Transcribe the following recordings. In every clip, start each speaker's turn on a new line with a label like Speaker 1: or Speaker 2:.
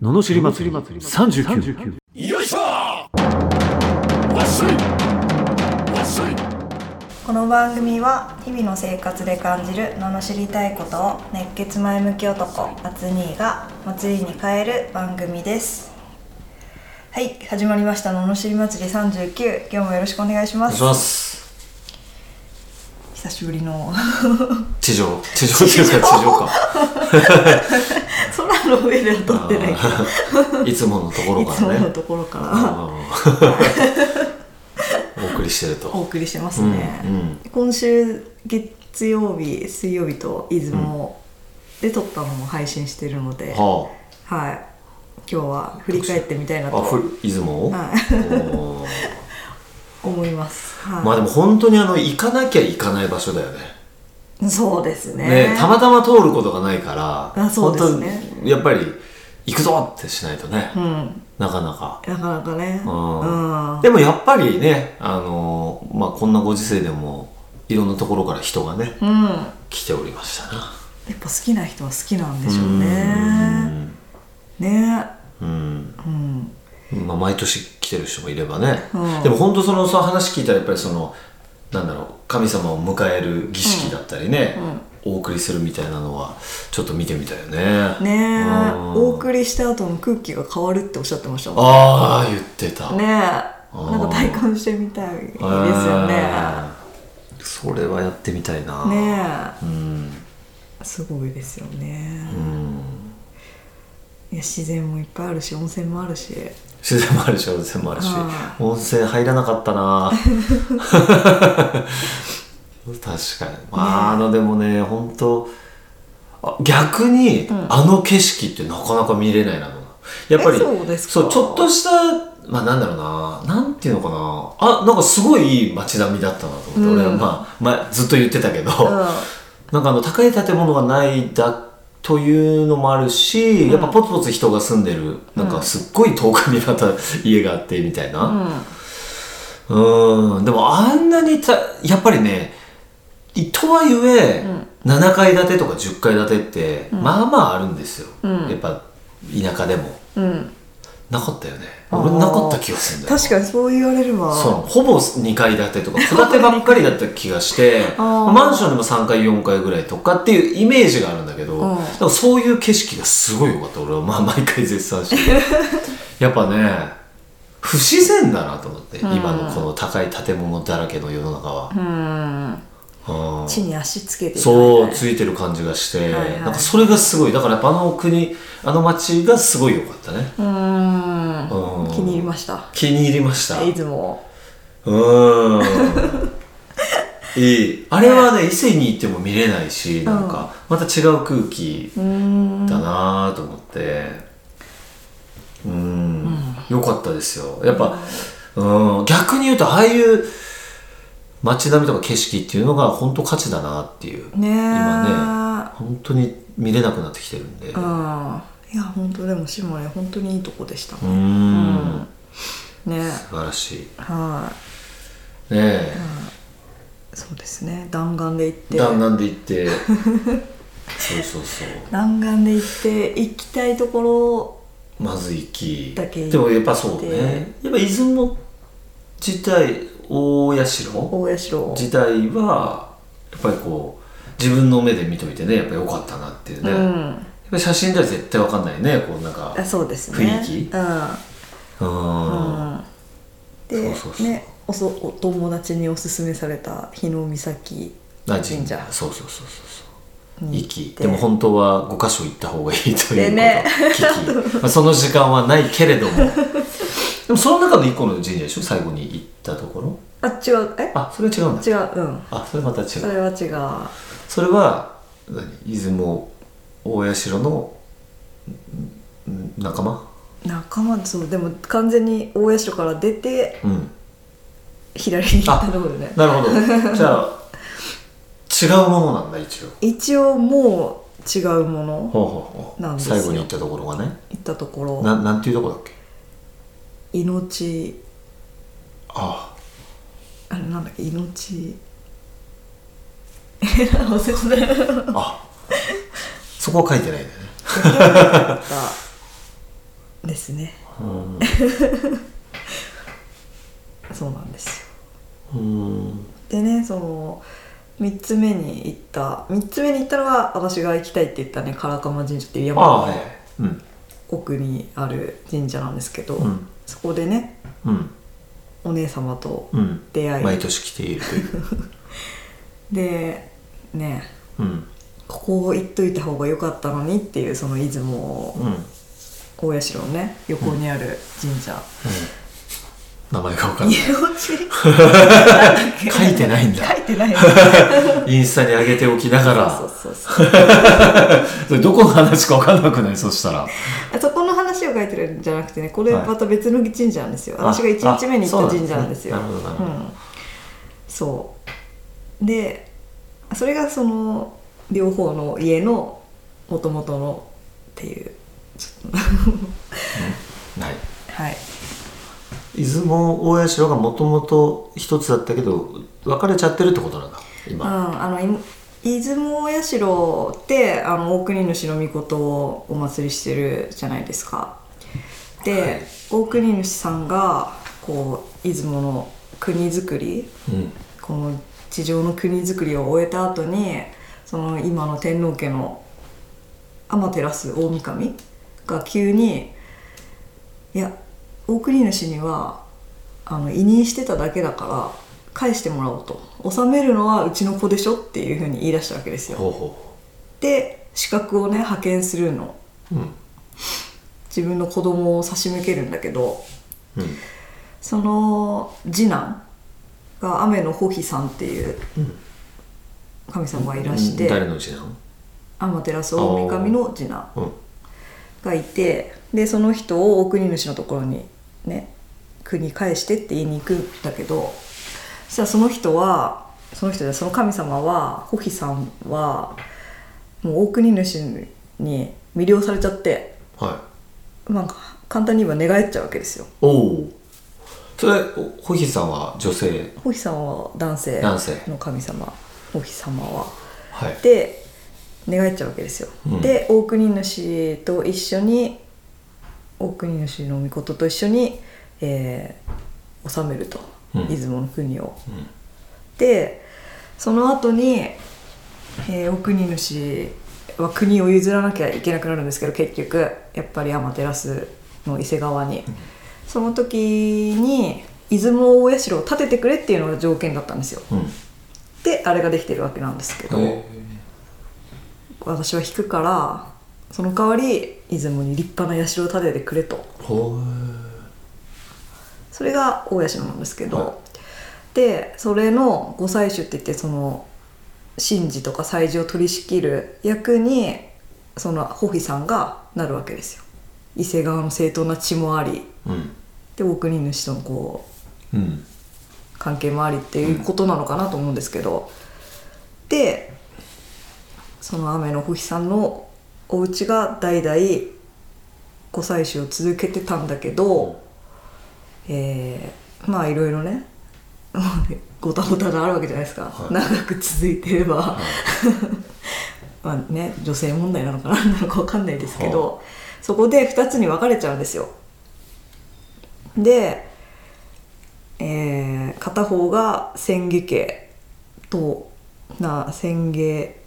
Speaker 1: ののしり祭り39
Speaker 2: この番組は日々の生活で感じる罵りたいことを熱血前向き男アツニーが祭りに変える番組ですはい始まりました罵り祭り39今日もよろしくお願いし
Speaker 3: お
Speaker 2: ま
Speaker 3: 願い
Speaker 2: す
Speaker 3: します
Speaker 2: 久しぶりの
Speaker 3: 地上地上っていうか地上か
Speaker 2: 空の上では撮ってないけど
Speaker 3: あーいつものところ
Speaker 2: い
Speaker 3: か
Speaker 2: つも
Speaker 3: ら
Speaker 2: の
Speaker 3: ね
Speaker 2: ところか
Speaker 3: あーお送りしてる
Speaker 2: らお
Speaker 3: と
Speaker 2: 送りしてます
Speaker 3: うんう
Speaker 2: ね、
Speaker 3: ん
Speaker 2: 今週月曜日水曜日と出雲で撮ったのも配信してるので、
Speaker 3: は
Speaker 2: はい今日は振り返ってみたいな
Speaker 3: ああふ
Speaker 2: と
Speaker 3: 出雲を
Speaker 2: は
Speaker 3: おー
Speaker 2: 思います、はい
Speaker 3: まあでも本当にあの行かなきゃ行かない場所だよね
Speaker 2: そうですね
Speaker 3: ねたまたま通ることがないから
Speaker 2: あそう
Speaker 3: 本
Speaker 2: で
Speaker 3: 当
Speaker 2: す
Speaker 3: に
Speaker 2: ね
Speaker 3: やっぱり行くぞってしないとね
Speaker 2: うん
Speaker 3: なかなか
Speaker 2: なかなかね
Speaker 3: う
Speaker 2: うんん
Speaker 3: でもやっぱりねあのまあこんなご時世でもいろんなところから人がね
Speaker 2: うんや
Speaker 3: 来ておりましたな
Speaker 2: っぱ好きな人は好きなんでしょうねね
Speaker 3: うん
Speaker 2: うん
Speaker 3: まあ、毎年来てる人もいればね、
Speaker 2: うん
Speaker 3: でも本当そのその話聞いたらやっぱりそのなんだろう神様を迎える儀式だったりね、お送りするみたいなのはちょっと見てみたいよね
Speaker 2: ね
Speaker 3: う
Speaker 2: え
Speaker 3: ん
Speaker 2: お送りした後の空気が変わるっておっしゃってましたもん
Speaker 3: ああ言ってた
Speaker 2: ねねえなんか体感してみたいですよね
Speaker 3: えーそれはやってみたいな
Speaker 2: ね
Speaker 3: うん
Speaker 2: えすごいですよね
Speaker 3: うん
Speaker 2: いや自然もいっぱいあるし温泉もあるし
Speaker 3: 自然もあるし温泉もあるし
Speaker 2: あ
Speaker 3: 温泉入らなかったな 確かにまああのでもね本当あ逆に、あの景色ってなかなか見れないなやっぱり
Speaker 2: えそうですか
Speaker 3: そうちょっとしたまあなんだろうななんていうのかなあなんかすごいいい街並みだったなと思って、
Speaker 2: うん
Speaker 3: 俺はまあ、まあ、ずっと言ってたけど、
Speaker 2: う
Speaker 3: なんかあの高い建物がないだというのもあるし、やっぱポツポツ人が住んでるなんかすっごい遠くにまた 家があってみたい
Speaker 2: ん
Speaker 3: な
Speaker 2: うん
Speaker 3: うんんでもあんなにたやっぱりねとはいえ、7階建てとか10階建てって、まあまああるんですよ、
Speaker 2: うん
Speaker 3: やっぱ田舎でも
Speaker 2: うん
Speaker 3: なかったよね
Speaker 2: あー
Speaker 3: 俺なかった気がするんだよ
Speaker 2: 確かにそう言われれば
Speaker 3: そうほぼ2階建てとか戸建てばっかりだった気がして
Speaker 2: あー
Speaker 3: マンションでも3階4階ぐらいとかっていうイメージがあるんだけど、
Speaker 2: う
Speaker 3: だ
Speaker 2: ん
Speaker 3: からそういう景色がすごい良かった俺は まあ毎回絶賛してやっぱね不自然だなと思って、今のこの高い建物だらけの世の中は、
Speaker 2: うん
Speaker 3: うん
Speaker 2: 地に足つけていただ
Speaker 3: そう
Speaker 2: い
Speaker 3: ついてる感じがして、
Speaker 2: はいはい
Speaker 3: なんかそれがすごいだからやっぱあの国あの街がすごい良かったね、
Speaker 2: うー
Speaker 3: うん
Speaker 2: ん気に入りました
Speaker 3: 気に入りました
Speaker 2: 出雲
Speaker 3: うーんいいあれはね伊勢に行っても見れないしなんかまた違う空気
Speaker 2: うーん
Speaker 3: だなと思ってうんよかったですよやっぱうん逆に言うとああいう街並みとか景色っていうのが本当価値だなっていう
Speaker 2: ねえ
Speaker 3: 今本当に見れなくなってきてるんで
Speaker 2: う
Speaker 3: うん
Speaker 2: いや本当でも島根本当にいいとこでした
Speaker 3: ー
Speaker 2: ね
Speaker 3: ん
Speaker 2: ね
Speaker 3: 素晴らしいね
Speaker 2: は
Speaker 3: え
Speaker 2: いそうですね弾丸で行って
Speaker 3: 弾丸で行ってそうそうそう
Speaker 2: 弾丸で行って行きたいところ
Speaker 3: まず行き
Speaker 2: だけ行って
Speaker 3: でもやっぱそうねやっぱ出雲自体大社
Speaker 2: 大社を
Speaker 3: 自体はやっぱりこう自分の目で見といてねやっぱ良かったなっていう
Speaker 2: う
Speaker 3: ね、やっ
Speaker 2: ん
Speaker 3: ぱり写真では絶対わかんないねこうなんか
Speaker 2: あそうです
Speaker 3: 雰
Speaker 2: ね
Speaker 3: 囲気
Speaker 2: う
Speaker 3: うん
Speaker 2: んうんで
Speaker 3: そうそうそう
Speaker 2: ねおそお友達におすすめされた日野岬
Speaker 3: な
Speaker 2: 神社
Speaker 3: そうそうそうそうそう
Speaker 2: に
Speaker 3: 行
Speaker 2: 行っ
Speaker 3: き
Speaker 2: て
Speaker 3: でも本当は5箇所行った方がいいということ
Speaker 2: でね
Speaker 3: 聞 き、まあ、その時間はないけれどもでもその中の1個の神社でしょ最後に行ったところ
Speaker 2: あ違うえ
Speaker 3: あそれは違うんだ
Speaker 2: 違ううん
Speaker 3: あそれまた違う
Speaker 2: それは違う
Speaker 3: それは何出雲大社のんん仲間
Speaker 2: 仲間そうでも完全に大社から出て
Speaker 3: うん
Speaker 2: 左に行ったところでね
Speaker 3: なるほ どじゃあ違うものなんだ一応
Speaker 2: 一応もう違うもの
Speaker 3: ほうほう
Speaker 2: な
Speaker 3: ほ
Speaker 2: ん
Speaker 3: う
Speaker 2: ですよ
Speaker 3: 最後に行ったところがね
Speaker 2: 行ったところ
Speaker 3: ななんていうとこだっけ
Speaker 2: 命
Speaker 3: あ
Speaker 2: あれなんだっけ命 えなんか忘れちゃっ
Speaker 3: ああそこは書いてないんだよね
Speaker 2: たですね
Speaker 3: うん
Speaker 2: そうなんですよ
Speaker 3: うん
Speaker 2: でねその3つ目に行った3つ目に行ったのは私が行きたいって言ったね唐鎌神社っていう
Speaker 3: あ
Speaker 2: 山
Speaker 3: あは
Speaker 2: の
Speaker 3: いうん
Speaker 2: 奥にある神社なんですけど、
Speaker 3: うん
Speaker 2: そこでね
Speaker 3: うん
Speaker 2: お姉様と
Speaker 3: うん
Speaker 2: 出会い、
Speaker 3: 毎年来ていると いう
Speaker 2: でね
Speaker 3: うん
Speaker 2: ここ行っといた方が良かったのにっていうその出雲
Speaker 3: うん、うん、
Speaker 2: 大社のね横にある神社、
Speaker 3: 名前が分かんない
Speaker 2: 幼 稚園
Speaker 3: 書いてないんだ
Speaker 2: 書いてないよ
Speaker 3: インスタに上げておきながら
Speaker 2: そうそ うそう
Speaker 3: それどこの話か分かんなくないそしたら
Speaker 2: あそこの話を書いてるんじゃなくてねこれ
Speaker 3: はい
Speaker 2: また別の神社なんですよ、私が1日目に行った神社なんですよ
Speaker 3: あそうなんですねなるほどなる
Speaker 2: う
Speaker 3: ほど
Speaker 2: ん、そうでそれがその両方の家のもともとのっていう
Speaker 3: はい
Speaker 2: はい
Speaker 3: 出雲大社がもともと一つだったけど別れちゃってるってことなんだ
Speaker 2: うん、
Speaker 3: 今
Speaker 2: あのい出雲大社ってあの大国主の御事をお祭りしてるじゃないですかで、
Speaker 3: はい
Speaker 2: 大国主さんがこう出雲の国づくり
Speaker 3: うん
Speaker 2: この地上の国づくりを終えた後にその今の天皇家の天照大神が急にいや大国主にはあの委任してただけだから返してもらおうと納めるのはうちの子でしょっていうふうに言い出したわけですよ
Speaker 3: ほうほ
Speaker 2: で資格をね派遣するの
Speaker 3: ううん
Speaker 2: 自分の子供を差し向けるんだけど
Speaker 3: うん
Speaker 2: その次男が雨の保妃さんっていう
Speaker 3: うん
Speaker 2: 神様がいらして、
Speaker 3: 誰のうちなの
Speaker 2: 天照大神の次男
Speaker 3: うん
Speaker 2: がいてでその人を大国主のところにね国返してって言いに行くんだけどそしたらその人はその人でその神様は保妃さんはもう大国主に魅了されちゃって、
Speaker 3: はい
Speaker 2: まあ、簡単に言えば寝返っちゃうわけですよ
Speaker 3: おおそれおホヒさんは女性
Speaker 2: 保妃さんは男性
Speaker 3: 男性
Speaker 2: の神様保妃様は。
Speaker 3: はい
Speaker 2: で寝返っちゃうわけですよ、
Speaker 3: うん
Speaker 2: で大国主と一緒に大国主の御事と一緒に、えー治めると、
Speaker 3: うん
Speaker 2: 出雲の国を、
Speaker 3: ん
Speaker 2: でその後に、えー大国主は国を譲らなきゃいけなくなるんですけど結局やっぱり天照の伊勢川に、その時に出雲大社を建ててくれっていうのが条件だったんですよ
Speaker 3: うん
Speaker 2: であれができてるわけなんですけど、
Speaker 3: え
Speaker 2: 私は引くからその代わり出雲に立派な社を建ててくれと
Speaker 3: ほ
Speaker 2: それが大社なんですけど、
Speaker 3: はい
Speaker 2: でそれの御祭主って言ってその神事とか祭事を取り仕切る役にその保妃さんがなるわけですよ伊勢川の正当な血もあり
Speaker 3: ううん
Speaker 2: で大国主とのこう
Speaker 3: うん
Speaker 2: 関係もありっていうことなのかなと思うんですけど、でその雨の保妃さんのお家が代々ご採取を続けてたんだけど、えーまあいろいろね ごたごたがあるわけじゃないですか、
Speaker 3: はい
Speaker 2: 長く続いてれば、 まあね女性問題なのか何なのか分かんないですけど、そこで2つに分かれちゃうんですよで、えー片方が千家家とな千家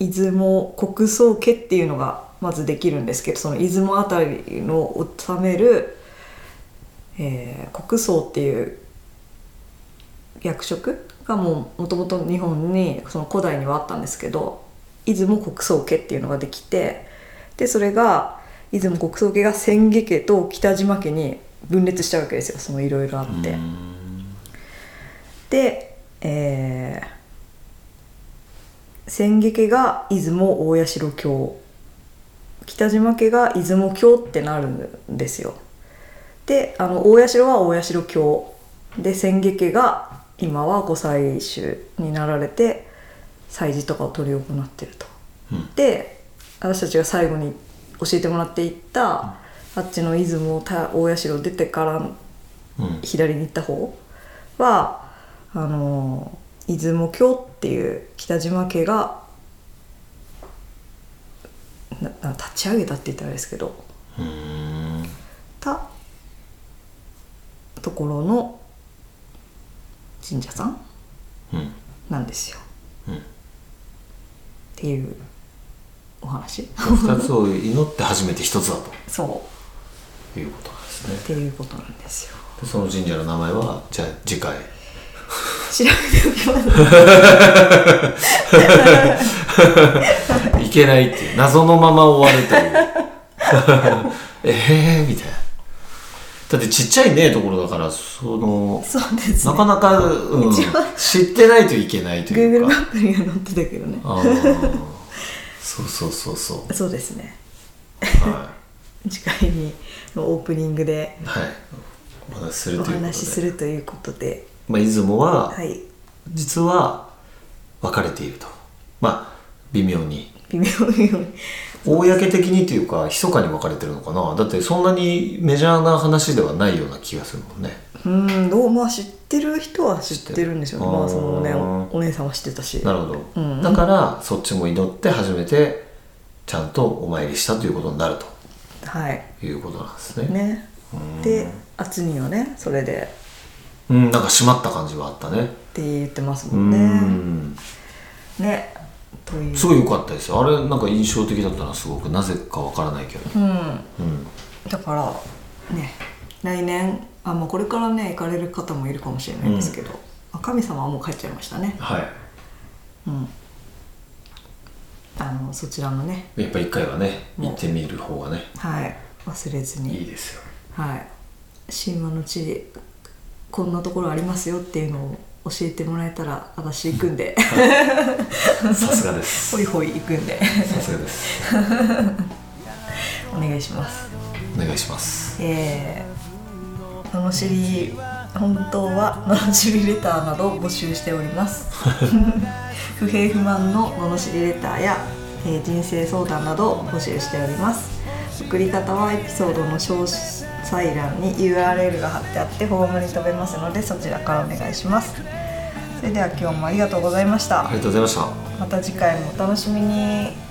Speaker 2: 出雲国葬家っていうのがまずできるんですけどその出雲あたりの治める、えー国葬っていう役職がもうもともと日本にその古代にはあったんですけど出雲国葬家っていうのができてでそれが出雲国葬家が千家家と北島家に分裂しちゃうわけですよそのいろいろあ
Speaker 3: う
Speaker 2: って。
Speaker 3: ん
Speaker 2: で、えー、千家家が出雲大社教北島家が出雲教ってなるんですよであの大社は大社教で千家家が今はご祭主になられて祭事とかを執り行ってると
Speaker 3: うん
Speaker 2: で私たちが最後に教えてもらっていった、あっちの出雲た大社を出てから
Speaker 3: うん
Speaker 2: 左に行った方はあの出雲教っていう北島家がなな立ち上げたって言ったらあれですけど
Speaker 3: うん
Speaker 2: たところの神社さん
Speaker 3: うん
Speaker 2: なんですよ、
Speaker 3: うん
Speaker 2: っていう お話
Speaker 3: 二つを祈って初めて一つだと
Speaker 2: そ
Speaker 3: いうことなんですね
Speaker 2: うっていうことなんですよ
Speaker 3: でその神社の名前はじゃあ次回
Speaker 2: 調べておきます
Speaker 3: いけないっていう謎のまま終わるという ええみたいなだってちっちゃいねところだからその
Speaker 2: そうですね
Speaker 3: なかなか、うん、
Speaker 2: 一応
Speaker 3: 知ってないといけないという
Speaker 2: Google
Speaker 3: か
Speaker 2: マップには載ってたけどね
Speaker 3: あーそうそうそうそ
Speaker 2: そうですね
Speaker 3: うは
Speaker 2: 次回にオープニングで
Speaker 3: い、はい、お話しする
Speaker 2: お
Speaker 3: ということで
Speaker 2: 話しするということで
Speaker 3: まあ、出雲は
Speaker 2: はい
Speaker 3: 実は分かれているとまあ微妙に
Speaker 2: 微妙に
Speaker 3: 公的にというか密かに分かれてるのかなだってそんなにメジャーな話ではないような気がするもんね
Speaker 2: うんどうまあ知ってる人は知ってるんですよ
Speaker 3: 知って
Speaker 2: ね
Speaker 3: る
Speaker 2: まあそのね
Speaker 3: あー
Speaker 2: お姉さんは知ってたし
Speaker 3: なるほど、
Speaker 2: うん
Speaker 3: だからそっちも祈って初めてちゃんとお参りしたということになると
Speaker 2: はい
Speaker 3: いうことなんですね
Speaker 2: ね
Speaker 3: うん
Speaker 2: で厚にはねそれで
Speaker 3: うんなんか締まった感じはあったね
Speaker 2: って言ってます
Speaker 3: う
Speaker 2: もんね
Speaker 3: ん
Speaker 2: ねという
Speaker 3: すごい良かったですよあれなんか印象的だったなすごくなぜかわからないけど
Speaker 2: うん
Speaker 3: うん
Speaker 2: だからね来年あもうこれからね行かれる方もいるかもしれないですけど、あ神様はもう帰っちゃいましたね
Speaker 3: はい
Speaker 2: うんあのそちらもね
Speaker 3: やっぱ一回はね
Speaker 2: もう
Speaker 3: 行ってみる方がね
Speaker 2: はい忘れずに
Speaker 3: いいですよ
Speaker 2: はい神話の地こんなところありますよっていうのを教えてもらえたら私行く んで
Speaker 3: さすがです
Speaker 2: ほいほい行くんで
Speaker 3: さすがです
Speaker 2: お願いします
Speaker 3: お願いします
Speaker 2: えー、ののしり本当はののしりレターなどを募集しております 不平不満のののしりレターや、えー人生相談などを募集しております送り方はエピソードの詳細欄に URL が貼ってあってフォームに飛べますのでそちらからお願いしますそれでは今日もありがとうございました、
Speaker 3: ありがとうございました
Speaker 2: また次回もお楽しみに